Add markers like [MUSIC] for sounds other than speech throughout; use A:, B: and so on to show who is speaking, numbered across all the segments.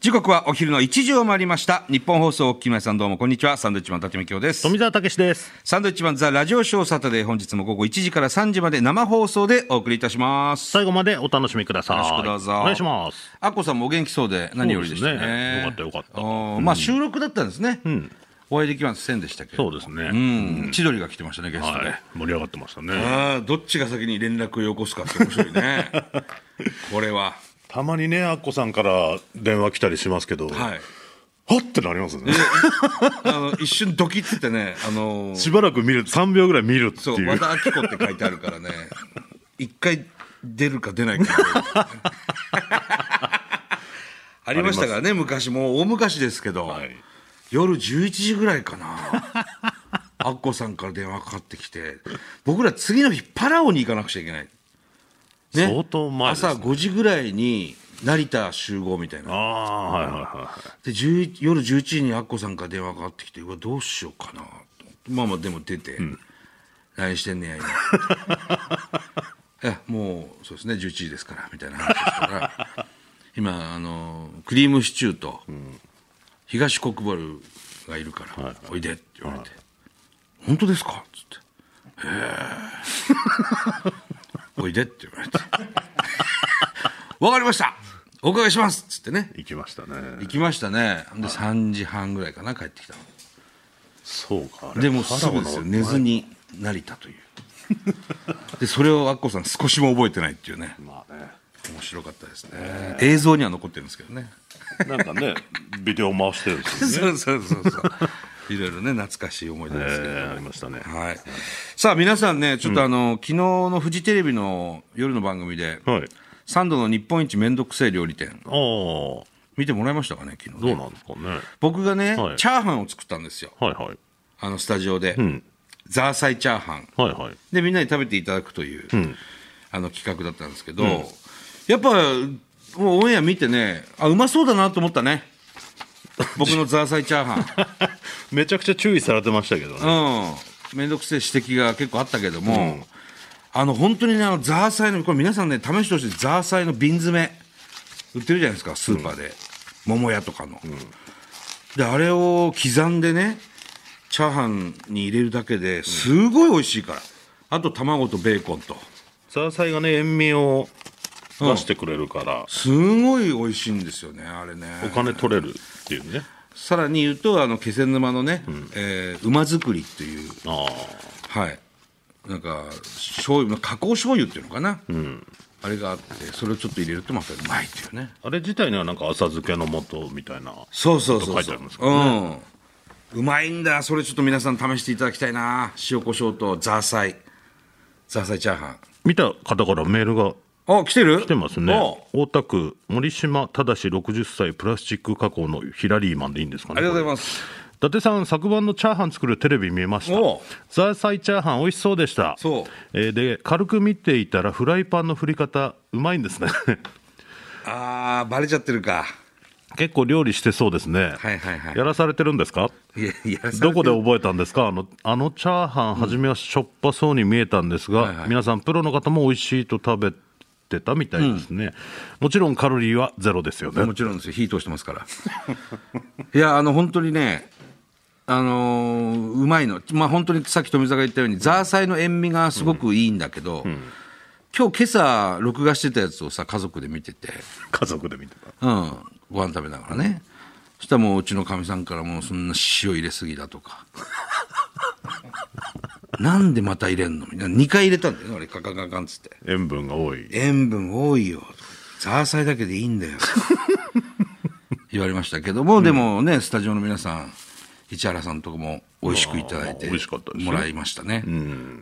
A: 時刻はお昼の1時を回りました。日本放送、お聞きの皆さんどうもこんにちは。サンドウィッチマン、伊達美京です。
B: 富澤たけしです。
A: サンドウィッチマンザラジオショーサタデー本日も午後1時から3時まで生放送でお送りいたします。
B: 最後までお楽しみください。
A: よろしくどうぞ
B: お願いします。
A: アッコさんもお元気そうで何よりでしたね。
B: そうですねよかったよかった
A: あーまあ収録だったんですね。お会いできませんでしたけど。
B: そうですね。
A: うん。千鳥が来てましたね、ゲストで。
B: はい。盛り上がってましたね。
A: ああ、どっちが先に連絡をよこすかって面白い
B: [LAUGHS]
A: ね。これは。
C: たまにね、アッコさんから電話来たりしますけど、
A: はい。
C: はってなりますね。
A: あの、一瞬ドキッつってね、あのー
C: しばらく見る、3秒ぐらい見るって
A: そ、
C: いうう。
A: 和田アキ子って書いてあるからね、一回出るか出ないか、ね。ありましたからね、昔、もう大昔ですけど、
C: はい
A: 夜11時ぐらいかな。アッコさんから電話かかってきて、僕ら次の日パラオに行かなくちゃいけない。ね
B: 相当前ですね
A: 朝5時ぐらいに成田集合みたい
B: あ。
A: な
B: あ、はいはいはい。
A: で11夜11時にアッコさんから電話がかかってきてうわどうしようかなと思ってまあまあでも出て、何してんねや [LAUGHS] 今いやもうそうですね11時ですからみたいな話をしたら [LAUGHS] 今あのクリームシチューと東国原がいるから、おいでって言われて、本当ですかっつ [LAUGHS] ってへえおいでって言われて [LAUGHS] わかりましたお伺いしますっつってね
C: 行きましたね。
A: 行きましたねで3時半ぐらいかな帰ってきたの
C: そうか。
A: でもうすぐですよ寝ずに成田という [LAUGHS] でそれをアッコさん少しも覚えてないっていうね
C: まあね。
A: 面白かったですね、映像には残ってるんですけどね
C: なんかね、ビデオ回してるんですよね。
A: [LAUGHS] そうそうそうそういろいろね懐かしい思い出ですけど、
C: えーありましたね。
A: はい、さあ皆さんねちょっとあの、昨日のフジテレビの夜の番組で、
C: はい。
A: サンドの日本一めんどくせえ料理店
B: ああ、ど
A: 見てもらいましたかね昨日
B: う
A: ね
B: なんですかね。
A: 僕がね、
B: はい
A: チャーハンを作ったんですよ
B: はいはい。
A: あのスタジオで、
B: ん
A: ザーサイチャーハン
B: はいはい。
A: でみんなに食べていただくという、あの企画だったんですけど、やっぱもうオンエア見てねあうまそうだなと思った [LAUGHS] ね僕のザーサイチャーハ
C: [LAUGHS] めちゃくちゃ注意されてましたけど
A: ンう
C: ね。
A: ん面倒くせえ指摘が結構あったけども、あの本当にねあのザーサイのこれ皆さんね試してほしいザーサイの瓶詰め売ってるじゃないですかスーパーで、桃屋とかの、であれを刻んでねチャーハンに入れるだけですごい美味しいから、あと卵とベーコンと。
C: ザーサイがね、塩味を出してくれるから、
A: すごい美味しいんですよね、あれね。
C: お金取れるっていうね。
A: さらに言うと、あの気仙沼のね、えー馬作りっていう、
C: あ
A: はい、なんか醤油、加工醤油っていうのかな、あれがあって、それをちょっと入れるとまたうまいっていうね。
C: あ。あれ自体にはなんか浅漬けの素みたいな。
A: そうそうそ
C: 書
A: う
C: いて
A: そう、
C: ありますか
A: うん、うまいんだ、それちょっと皆さん試していただきたいな、塩コショウとザーサイ、ザーサイチャーハン。
B: 見た方からメールが
A: あ、来てる来
B: 来てますね。大田区森島正60歳プラスチック加工のヒラリーマンでいいんですかね。。
A: ありがとうございますす。
B: 伊達さん、昨晩のチャーハン作るテレビ見ました
A: おう。
B: ザーサイチャーハン美味しそうでした。
A: そう
B: えーで、軽く見ていたらフライパンの振り方、うまいんですね。 [LAUGHS]
A: あー、バレちゃってるか。
B: 結構料理してそうですね。
A: はいはいはい
B: やらされてるんですか
A: いやいや
B: どこで覚えたんですかあのあのチャーハン初めはしょっぱそうに見えたんですが、
A: いはい
B: 皆さんプロの方も美味しいと食べてたみたいですね、もちろんカロリーはゼロですよね
A: もちろんですよ、火通してますから。 [LAUGHS] いや、あの、本当にね、あのーうまいの。まあ、本当にさっき富澤が言ったように、ザーサイの塩味がすごくいいんだけど、今日今朝、録画してたやつをさ、家族で見てて、
C: 家族で見てた。
A: うん、ご飯食べながらね。そしたらもう、うちのかみさんからもう、そんな塩入れすぎだとか。なんでまた入れんのみたいな。2回入れたんだよね、俺、カカカカンっつって。
C: 塩分が多い。
A: 塩分多いよ。ザーサイだけでいいん
C: [LAUGHS]
A: だよ。言われましたけども、でもね、スタジオの皆さん、市原さんとかも美味しくいただいて、
C: あー美味しかったですね
A: もらいましたね。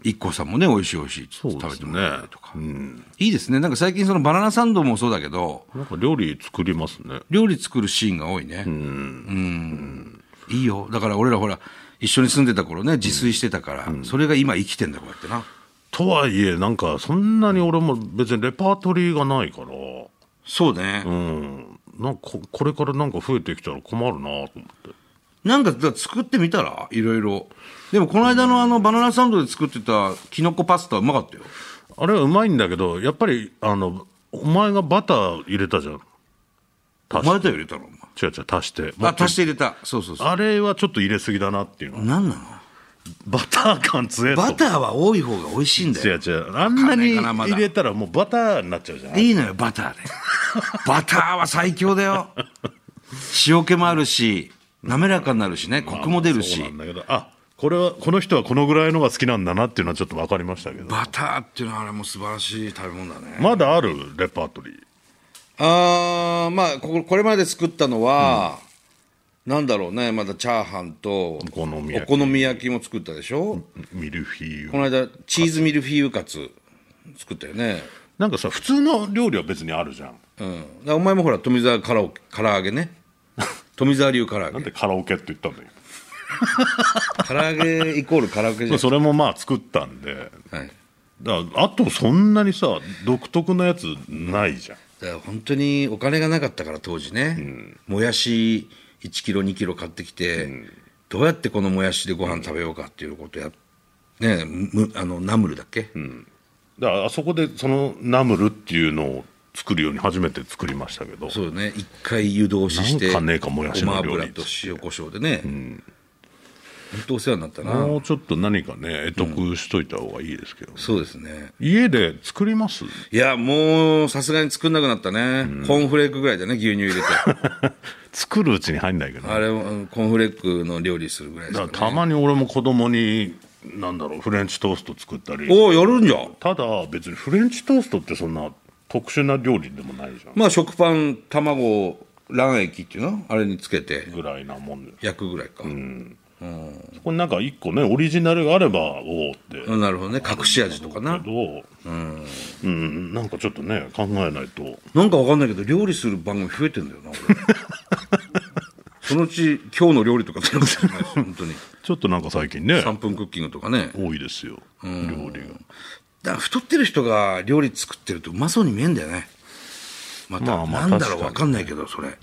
A: 一 k さんもね、美味しい美味しいって
C: そうですね
A: 食べてもらったりとか。いいですね。なんか最近そのバナナサンドもそうだけど、
C: なんか料理作りますね。
A: 料理作るシーンが多いね。うんいいよ。だから俺らほら、一緒に住んでた頃ね、自炊してたから、それが今生きてんだ、こうやってな。
C: とはいえ、なんかそんなに俺も別にレパートリーがないから、
A: そうね。
C: うん。なんかここれからなんか増えてきたら困るなと思って。
A: なんか、だ作ってみたらいろいろ。でも、この間のあの、バナナサンドで作ってた、キノコパスタうまかったよ。
C: あれはうまいんだけど、やっぱり、あの、お前がバター入れたじゃん。
A: お前だよ、入れたの、お前。
C: 違う違う足しても
A: あ
C: っと
A: 足して入れたそうそうそう
C: あれはちょっと入れすぎだなっていうの
A: 何なの
C: バター感強えと
A: バターは多い方が美味しいんだ
C: 違
A: よ
C: う違うあんなに
A: わかんないかなまだ
C: 入れたらもうバターになっちゃうじゃん
A: いいのよバターでバターは最強だよ塩気もあるし滑らかになるしねコクも出るし、
C: そうなんだけどあこれはこの人はこのぐらいのが好きなんだなっていうのはちょっと分かりましたけど
A: バターっていうのはあれも素晴らしい食べ物だね
C: まだあるレパートリー
A: あーまあこここれまで作ったのは、なんだろうねまだチャーハンとお
C: 好み焼き
A: お好み焼きも作ったでしょ、
C: ミルフィーユ
A: この間チーズミルフィーユカツ作ったよね
C: なんかさ普通の料理は別にあるじゃん
A: うんだからお前もほら富澤からお唐揚げ
C: [LAUGHS]
A: ね富澤流唐揚
C: なん
A: げ
C: でカラオケって言ったんだよ
A: 唐揚げイコール唐揚げじゃ
C: まあ
A: ん
C: それもまあ作ったんで
A: はい
C: だからあとそんなにさ独特なやつないじゃん
A: だから本当にお金がなかったから当時ね、もやし1キロ2キロ買ってきて、どうやってこのもやしでご飯食べようかっていうことやっねむあのナムルだっけ、
C: だからあそこでそのナムルっていうのを作るように初めて作りましたけど
A: そうよね一回湯通しして
C: なんかねえかもやし
A: ごま
C: の料理
A: 油と塩コショウでね、本当お世話になったな、
C: もうちょっと何かね得得しといた方がいいですけど、
A: そうですね
C: 家で作ります
A: いやもうさすがに作んなくなったね、コーンフレークぐらいだね牛乳入れ
C: [LAUGHS]
A: て
C: 作るうちに入んないけど
A: あれうんコーンフレークの料理するぐらいです
C: だ
A: か、
C: から
A: ね、
C: たまに俺も子供になんだろうフレンチトースト作ったり
A: おおやるんじゃん
C: ただ別にフレンチトーストってそんな特殊な料理でもないじゃん
A: まあ食パン卵卵液っていうのあれにつけて
C: ぐらいなもんで
A: 焼くぐらいか、
C: そこになんか一個ねオリジナルがあればおおって
A: うんなるほどね隠し味とかな
C: けどうん、なんかちょっとね考えないと
A: なんかわかんないけど料理する番組増えてんだ
C: [LAUGHS]
A: よな俺そのうち「今日の料理」とか全部ないです本当に
C: ちょっとなんか最近
A: [LAUGHS]
C: ね
A: 3分クッキングとかね
C: 多いですよ料理が
A: だから太ってる人が料理作ってるとうまそうに見えんだよねまた、
C: まあまあ
A: なんだろう
C: 確かに
A: わかんないけどそれ、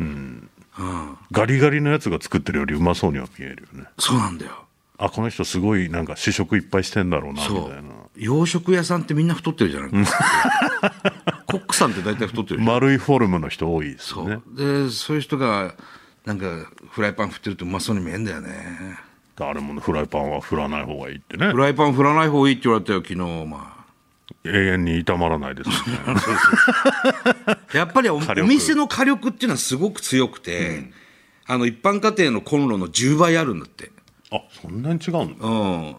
C: ガリガリのやつが作ってるよりうまそうには見えるよね
A: そうなんだよ
C: あこの人すごいなんか試食いっぱいしてんだろうなみ
A: そ
C: たいうな
A: 洋食屋さんってみんな太ってる
C: [LAUGHS]
A: じゃないコックさんって大体太ってる
C: 丸いフォルムの人多いです
A: そ
C: よ
A: う、
C: ね
A: でそういう人がなんかフライパン振ってるとうまそうに見えんだよね
C: あれもねフライパンは振らない方がいいってね
A: フライパン振らない方がいいって言われたよ昨日ま
C: 永遠に炒まらないですよね
A: [LAUGHS] あやっぱりお
C: 力
A: お店の火力っていうのはすごく強くて、あの一般家庭のコンロの10倍あるんだって
C: あそんなに違うんだ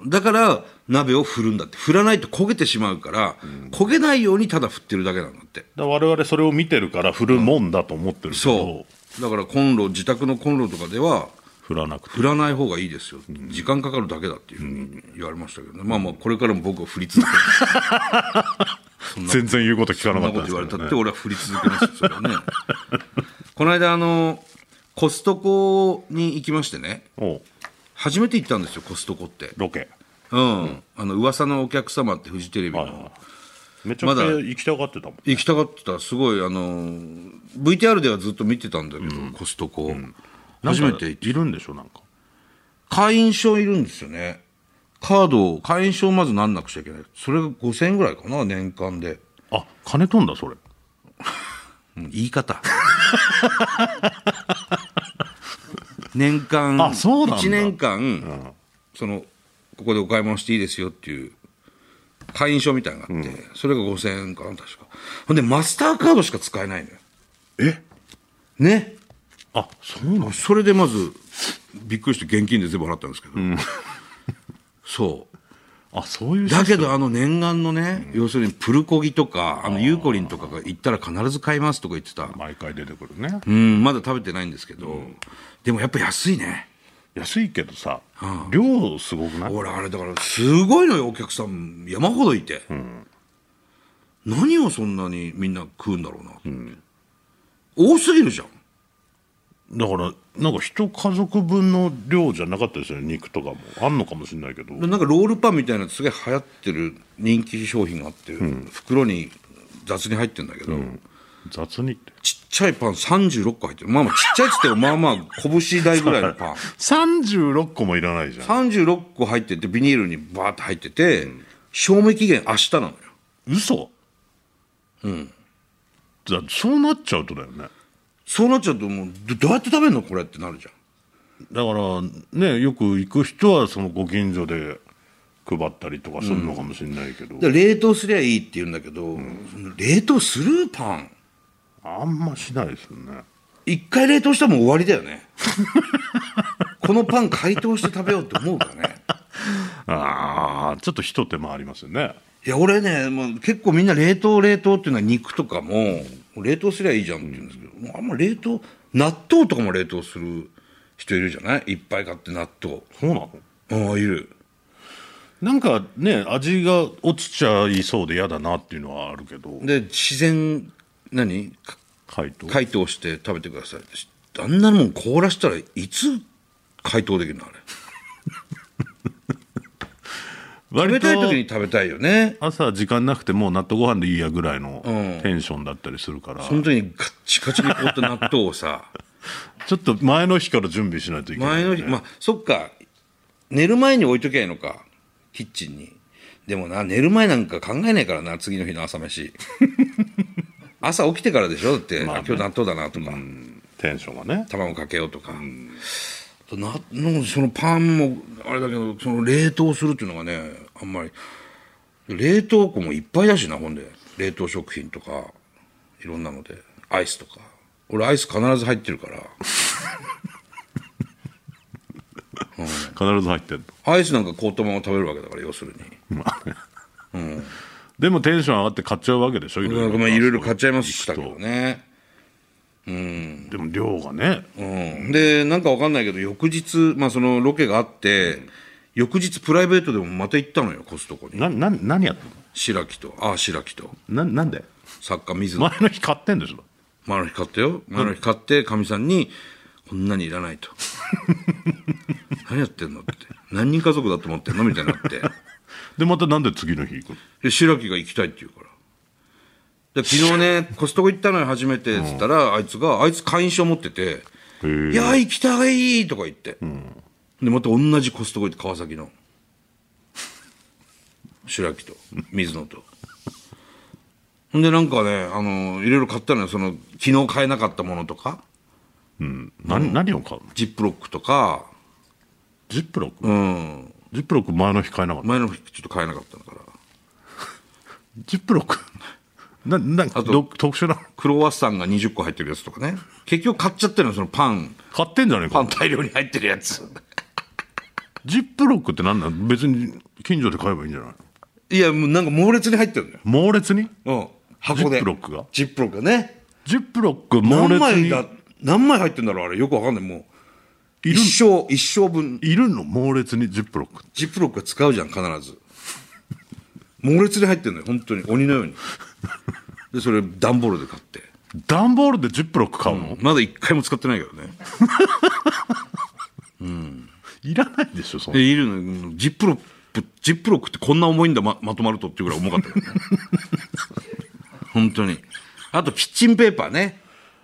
A: うん、だから鍋を振るんだって振らないと焦げてしまうから、焦げないようにただ振ってるだけなんだって
C: だ我々それを見てるから振るもんだと思ってるけど、
A: そうだからコンロ自宅のコンロとかでは
C: 振らなくて
A: 振らない方がいいですよ、時間かかるだけだっていうふうに言われましたけどね、まあまあこれからも僕は振り続ける
C: 全然言うこと聞
A: [LAUGHS] そ
C: かなんか
A: なこと
C: ったんです
A: 言われた
C: けど、
A: っ
C: ね
A: て、俺は振り続けますよそれは [LAUGHS] ねこの間あのコストコに行きましてね
C: おう
A: 初めて行ったんですよコストコって
C: ロケ
A: うん、あの噂のお客様ってフジテレビの、
C: はいはいめちゃくちゃ行きたがってたもん、
A: 行きたがってたすごいあのー VTR ではずっと見てたんだけど、コストコ、初めて
C: な
A: 行
C: ん
A: っ
C: かいるんでしょなんか
A: 会員証いるんですよねカードを会員証まずなんなくちゃいけないそれが5000円ぐらいかな年間で、
C: あ金飛んだそれ
A: 言い方 [LAUGHS] 年間
C: あそうなんだ
A: 1年間、そのここでお買い物していいですよっていう会員証みたいなのがあって、それが5000円かな確かほんでマスターカードしか使えないのよ
C: え
A: ね
C: あそうなんす
A: それでまずびっくりして現金で全部払ったんですけど、そ
C: あそういう
A: うだけどあの念願のね、要するにプルコギとかあのユーコリンとかが行ったら必ず買いますとか言ってた
C: 毎回出てくるね
A: うんまだ食べてないんですけど、でもやっぱ安いね
C: 安いけどさ、量すごくない
A: 俺あれだからすごいのよお客さん山ほどいて、何をそんなにみんな食うんだろうな、多すぎるじゃん
C: だからなんか一家族分の量じゃなかったですよね肉とかもあんのかもしれないけど
A: でなんかロールパンみたいなのすげえ流行ってる人気商品があって、袋に雑に入ってるんだけど、
C: 雑にって
A: ちっちゃいパン36個入ってる。まあまあちっちゃいっつっても、まあまあ拳台ぐらいのパン。
C: 36個もいらないじゃん
A: 36個入ってて、ビニールにバーって入ってて、賞味期限明日なのよ。
C: 嘘うんだそうなっちゃうとだよね
A: そうなっちゃうともうどどうやって食べるのこれってなるじゃん
C: だからねよく行く人はそのご近所で配ったりとかするのかもしれないけど、
A: で冷凍すりゃいいって言うんだけど、その冷凍するパン
C: あんましないですよね
A: 一回冷凍したらもう終わりだよねこのパン解凍して食べようって思うかね
C: ああちょっとひと手間ありますよね
A: いや俺ねもう結構みんな冷凍冷凍っていうのは肉とかももう冷凍すりゃいいじゃんって言うんですけど、もうあんま冷凍納豆とかも冷凍する人いるじゃないいっぱい買って納豆
C: そうなの
A: ああいる
C: なんかね味が落ちちゃいそうで嫌だなっていうのはあるけど
A: で自然何か
C: 解凍
A: 解凍して食べてくださいってあんなもん凍らしたらいつ解凍できるのあれ食べ
C: 割と
A: たい時に食べたいよね
C: 朝時間なくてもう納豆ご飯でいいやぐらいの
A: ん
C: テンションだったりするから、
A: その時にガッチガチに凍った納豆をさ
C: ちょっと前の日から準備しないといけない
A: 前
C: よね、
A: の日まあそっか寝る前に置いときゃいいのかキッチンにでもな寝る前なんか考えないからな次の日の朝
C: [LAUGHS]
A: 飯朝起きてからでしょだって、
C: まあね
A: あ今日納豆だなとか、
C: テンションがね
A: 卵かけようとか、なのそのパンもあれだけどその冷凍するっていうのがねあんまり冷凍庫もいっぱいだしなほんで冷凍食品とかいろんなのでアイスとか俺アイス必ず入ってるから
C: 必ず入ってる
A: アイスなんか凍ったまま食べるわけだから要するに
C: でもテンション上がって買っちゃうわけでしょいろいろ
A: まあいろいろ買っちゃいましたけ
C: 行
A: ど
C: く
A: ね
C: とでも量がね
A: うん、でなんかわかんないけど翌日、まあ、そのロケがあって、翌日プライベートでもまた行ったのよコストコに
C: なな何やって
A: 白木とああ白木と
C: んのななんで
A: 作家水野
C: 前の日買ってんでしょ
A: 前の日買ったよ前の日買ってかみさんに「こんなにいらない」と「何やってんの?」って「何人家族だと思ってんの?」みたいになって
C: でまたなんで次の日行くの
A: で白木が行きたいって言うからで昨日ねコストコ行ったのよ初めてっつったら、あいつがあいつ会員証持ってて「いや行きたい!」とか言って、でまた同じコストコ行って川崎の白木と水野とほんでなんかねあのいろいろ買ったのよその昨日買えなかったものとか
C: 何,、何を買うの
A: ジップロックとか
C: ジップロック、
A: うん
C: ジップロック前の日買えなかった
A: 前の日ちょっと買えなかったんだから
C: ジップロック [LAUGHS] ななど特殊な
A: クロワッサンが20個入ってるやつとかね結局買っちゃってるのそのパン
C: 買ってんじゃねえ
A: パ
C: か
A: ン大量に入ってるやつ
C: ジップロックって何なの別に近所で買えばいいんじゃないの
A: いやもうなんか猛烈に入ってるんだよ、
C: 猛烈に
A: うん、箱で
C: ジップロックが
A: ジップロックがね
C: ジップロック猛
A: 何
C: 烈
A: 枚
C: に
A: だ何枚入ってんだろうあれよくわかんないもう
C: いる
A: 一生一生分
C: いるの猛烈にジップロック
A: ジップロックは使うじゃん必ず猛烈に入ってるのよ本当に鬼のようにでそれ段ボールで買って
C: 段ボールでジップロック買うの、
A: まだ一回も使ってないけどね
C: いらないでしょそん
A: で
C: ない
A: るのうんジップロックジップロックってこんな重いんだままとまるとっていうぐらい重かったよね [LAUGHS] 本当にあとキッチンペーパーね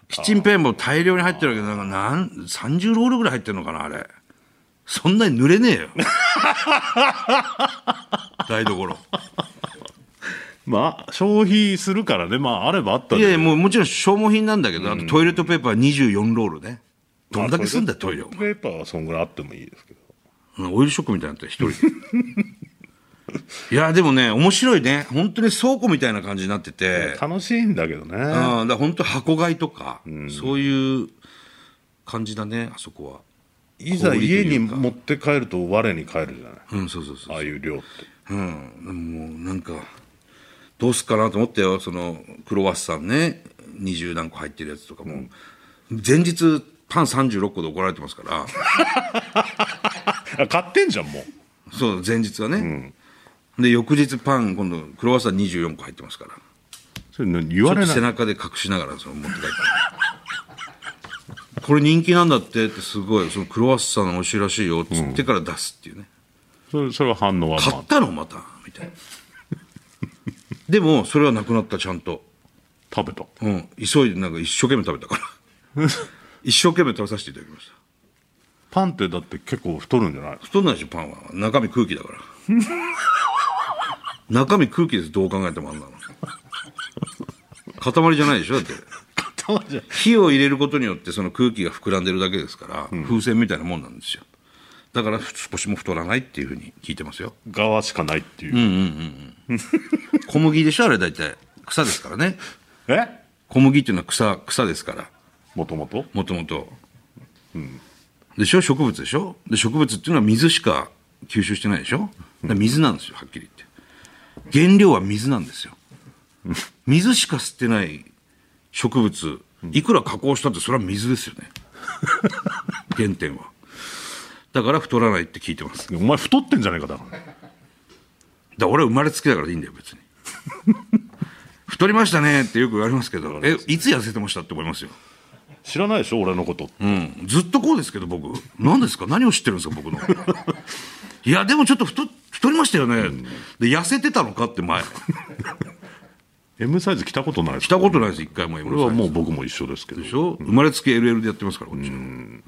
A: キッチンペーパーも大量に入ってるわけどなんかなん30ロールぐらい入ってるのかなあれそんなに濡れねえよ [LAUGHS] 台所
C: まあ消費するからねまああればあった
A: い
C: で
A: やいやもうもちろん消耗品なんだけどあとトイレットペーパー24ロールねどんだけすんだよトイレお前
C: ペーパーはそんぐらいあってもいいですけど
A: うんオイルショックみたいになったよ一人でいやでもね面白いね本当に倉庫みたいな感じになってて、
C: 楽しいんだけど
A: うん、だ
C: ね
A: から本当箱買いとか、そういう感じだねあそこは
C: いざ家に
A: 氷というか
C: 持って帰ると我に返るじゃない
A: うんそうそうそう
C: ああいう量って
A: うんもうなんかどうすっかなと思ったよそのクロワッサンね二十何個入ってるやつとかも、前日パン36個で怒られてますから
C: あ買ってんじゃんもう
A: そう前日はね、で翌日パン今度クロワッサン24個入ってますから
C: それ何言わ
A: ちょ
C: れ
A: っと
C: ない
A: 背中で隠しながらその持って帰ってこれ人気なんだってってすごいそのクロワッサン美味しいらしいよっつってから出すっていうね、
C: それそれは反応はま
A: 買ったのまたみたいなでもそれはなくなったちゃんと、
C: あ食べた
A: うん、急いでなんか一生懸命食べたから一生懸命食べさせていただきました
C: パンってだって結構太るんじゃない
A: 太んないでしょパンは中身空気だから中身空気ですどう考えてもあんなの塊じゃないでしょだって
C: 頭じゃ
A: 火を入れることによってその空気が膨らんでるだけですから、風船みたいなもんなんですよだから少しも太らないっていうふうに聞いてますよ
C: 側しかないっていう、
A: 小麦でしょあれ大体草ですからね
C: え
A: 小麦っていうのは草草ですから
C: もともと
A: もともとでしょ植物でしょで植物っていうのは水しか吸収してないでしょだから水なんですよはっきり言って原料は水なんですよ水しか吸ってない植物いくら加工したってそれは水です [LAUGHS] よね原点はだから太らないって聞いてますだか
C: お前太ってんじゃないかだから
A: 俺は生まれつきだからいいんだよ別 [LAUGHS] に太りましたねってよく言われますけどえいつ痩せてましたって思いますよ
C: ら知らないでしょ俺のこと、
A: うんずっとこうですけど僕何ですか何を知ってるんですか
C: [LAUGHS]
A: 僕のいやでもちょっと太太りましたよね、で痩せてたのかって前
C: M サイズ着たことない
A: 着たことないです一回も今
C: これはもう僕も一緒ですけど
A: でしょ生まれつき LL でやってますからこっちはね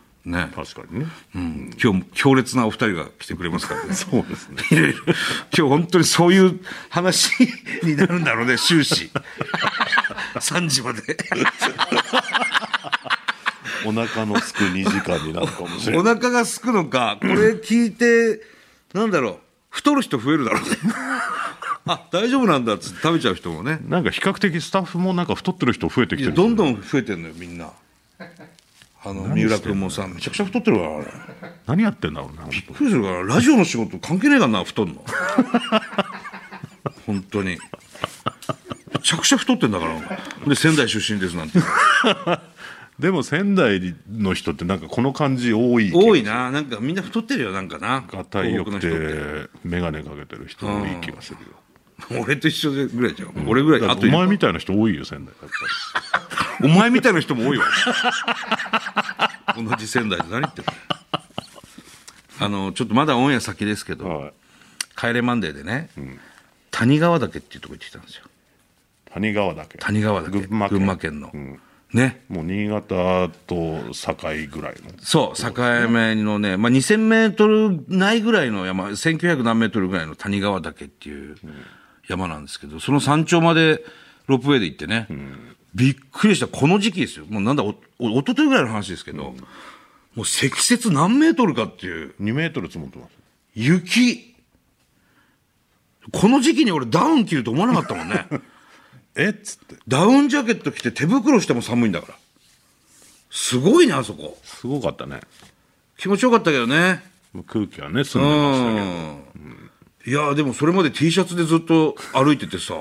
C: 確かにね
A: うん今日強烈なお二人が来てくれますからね
C: [LAUGHS] そうですね
A: いろいろ今日本当にそういう話になるんだろうね終
C: [LAUGHS]
A: 始3時まで
C: お腹のすく2時間になるかもしれ
A: お
C: ない
A: 腹がすくのかこれ聞いてなんだろう太る人増えるだ [LAUGHS] ろうねあ大丈夫なんだっつって食べちゃう人もね
C: [LAUGHS] なんか比較的スタッフもなんか太ってる人増えてき
A: い
C: て
A: や
C: る
A: どん
C: ん
A: どん増えてんのよみんなあの三浦君もさめちゃくちゃ太ってるからあれ
C: 何やってんだろうな本
A: びっくりするからラジオの仕事関係ねえからな太 [LAUGHS] んの本当にめちゃくちゃ太ってんだからお前で仙台出身ですなんて
C: 当 [LAUGHS] でも仙台の人ってなんかこの感じ多い
A: 多いななんかみんな太ってるよなんかな
C: がたいよく
A: 東北の人って
C: て眼鏡かけてる人多い気がするよ
A: 俺と一緒ぐらいじゃん、俺ぐらい
C: だ
A: あ
C: っ
A: と
C: てお
A: いる
C: 前みたいな人多いよ仙台やっ
A: [LAUGHS] お前みたいな人も多いわ。同じ仙台で何言ってるあの、ちょっとまだオンエア先ですけ
C: ぱり
A: ど、
C: はい
A: 帰れマンデーでね、谷川岳っていうとこ行ってきたんですよ。
C: 谷川だけ
A: 谷川岳。
C: 群馬県
A: の。
C: ん
A: ね。
C: もう新潟と境ぐらいの
A: そう、境目のね、まあ、2000メートルないぐらいの山、1900何メートルぐらいの谷川岳っていう山なんですけど、その山頂までロープウェイで行ってね、びっくりした。この時期ですよ。もうなんだ、お、お、おとといぐらいの話ですけど、もう積雪何メートルかっていう、
C: 2メートル積もってます
A: 雪。この時期に俺ダウン着ると思わなかったもんね。
C: えっつって
A: ダウンジャケット着て手袋しても寒いんだから。すごいね、あそこ。
C: すごかったね
A: 気持ちよかったけどね。
C: 空気はね澄んでましたけど
A: いやでもそれまで T シャツでずっと歩いて
C: [LAUGHS]
A: てさ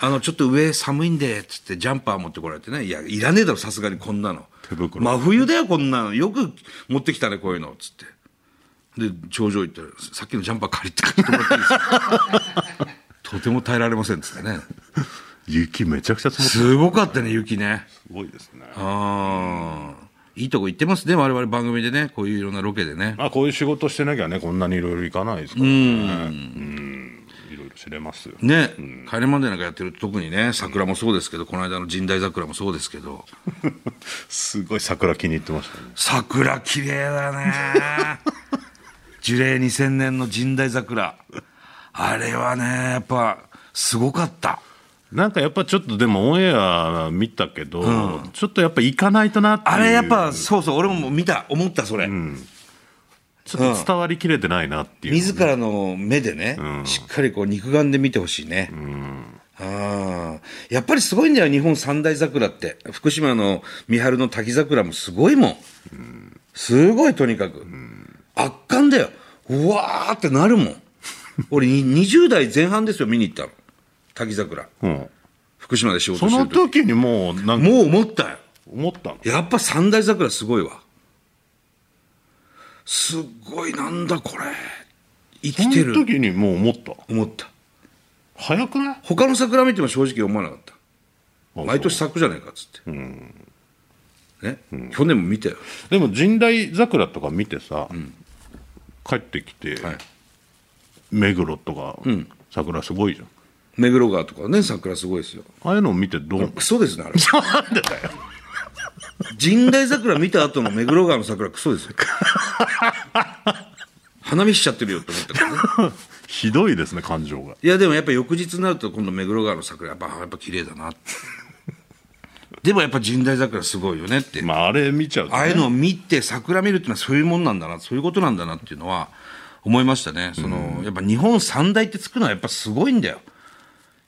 A: あのちょっと上寒いんでっつってジャンパー持ってこられてねいやいらねえだろさすがにこんなの
C: 手袋
A: 真冬だよこんなのよく持ってきたねこういうのっつってで頂上行ったらさっきのジャンパー借りて買ってもらっていいです
C: [LAUGHS]
A: かとても耐えられませんっつってね
C: 雪めちゃくちゃ積もって
A: すごかったね雪ね
C: すごいですね
A: ああいいとこ行ってますね我々番組でねこういういろんなロケでね
C: まあこういう仕事してなきゃねこんなにいろいろいかないですからねうんいろいろ知れますよ [LAUGHS]
A: ね、帰れマンデーなんかやってると特にね、桜もそうですけど、この間の神代桜もそうですけど、
C: すごい桜気に入ってましたね
A: 桜綺麗だ [LAUGHS] ね。樹齢2000年の神代桜。あれはね、やっぱ、すごかった。
C: なんかやっぱちょっとでもオンエア見たけど、ちょっとやっぱ行かないとなっていう
A: あれやっぱ、そうそう、俺も見た、思った、それ。
C: ちょっと伝わりきれてないなっていう、
A: 自らの目でね、しっかりこう肉眼で見てほしいね。ああやっぱりすごいんだよ、日本三大桜って。福島の三春の滝桜もすごいもん。すごい、とにかく。圧巻だよ。うわーってなるも
C: [LAUGHS]
A: ん。俺、に20代前半ですよ、見に行ったの。滝桜。
C: うん
A: 福島で仕事
C: そ
A: して
C: の
A: る時。
C: 時にもうなんか
A: もう思ったよ。
C: 思ったの
A: やっぱ三大桜すごいわ。すっごい、なんだこれ。生
C: そ
A: きて
C: の
A: る。
C: 時にもう思った
A: 思った。
C: 早くない
A: 他の桜見ても正直思わなかった毎年咲くじゃないかっつって、ね去年も見たよ
C: でも神代桜とか見てさ、帰ってきて、
A: はい
C: 目黒とか、桜すごいじゃん
A: 目黒川とかね桜すごいですよ
C: ああいうのを見てどう
A: クソですねあれなんでだよ神代桜見た後の目黒川の桜クソですよ花見しちゃってるよって思ったからね
C: ひどいですね感情が
A: いやでもやっぱ翌日になると今度目黒川の桜やっぱやっぱ綺麗だなってでもやっぱ神代桜すごいよねって、
C: まああれ見ちゃうと、ね、
A: ああいうのを見て桜見るってのはそういうもんなんだなそういうことなんだなっていうのは思いましたねその、やっぱ日本三大ってつくのはやっぱすごいんだよ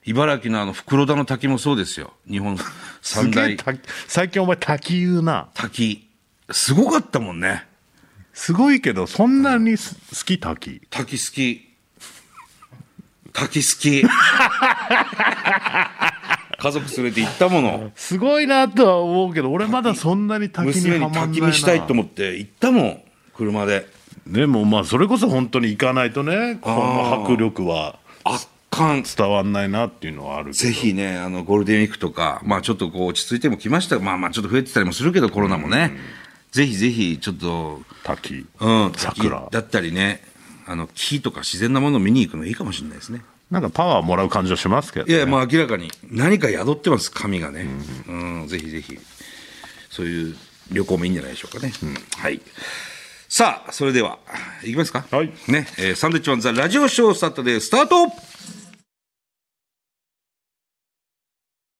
A: 茨城のあの袋田の滝もそうですよ日本
C: す
A: 三
C: げえ
A: 大
C: 滝最近お前滝言うな
A: 滝すごかったもんね
C: すごいけどそんなにす好き滝
A: 滝好き滝好き家族連れて行ったもの
C: すごいなとは思うけど俺まだそんなに滝に
A: 娘
C: は
A: に
C: まんないな
A: 滝見したいと思って行ったもん車で
C: でもまあそれこそ本当に行かないとねこの迫力は
A: 圧巻
C: 伝わんないなっていうのはあるけど
A: ぜひね、あのゴールデンウィークとか、まあ、ちょっとこう落ち着いてもきましたまあまあちょっと増えてたりもするけど、コロナもね、ぜひぜひちょっと、
C: 滝
A: うん、
C: 桜
A: 滝だったりね、あの木とか自然なものを見に行くのいいかもしれないですね。
C: なんかパワーもらう感じはしますけど、
A: い
C: ね、
A: やいや、まあ明らかに何か宿ってます、神がね。うん、ぜひぜひ、そういう旅行もいいんじゃないでしょうかね。はい。さあ、それでは、いきますか。
C: はい
A: ね、えーサンドウィッチマンザラジオショースタートでスタート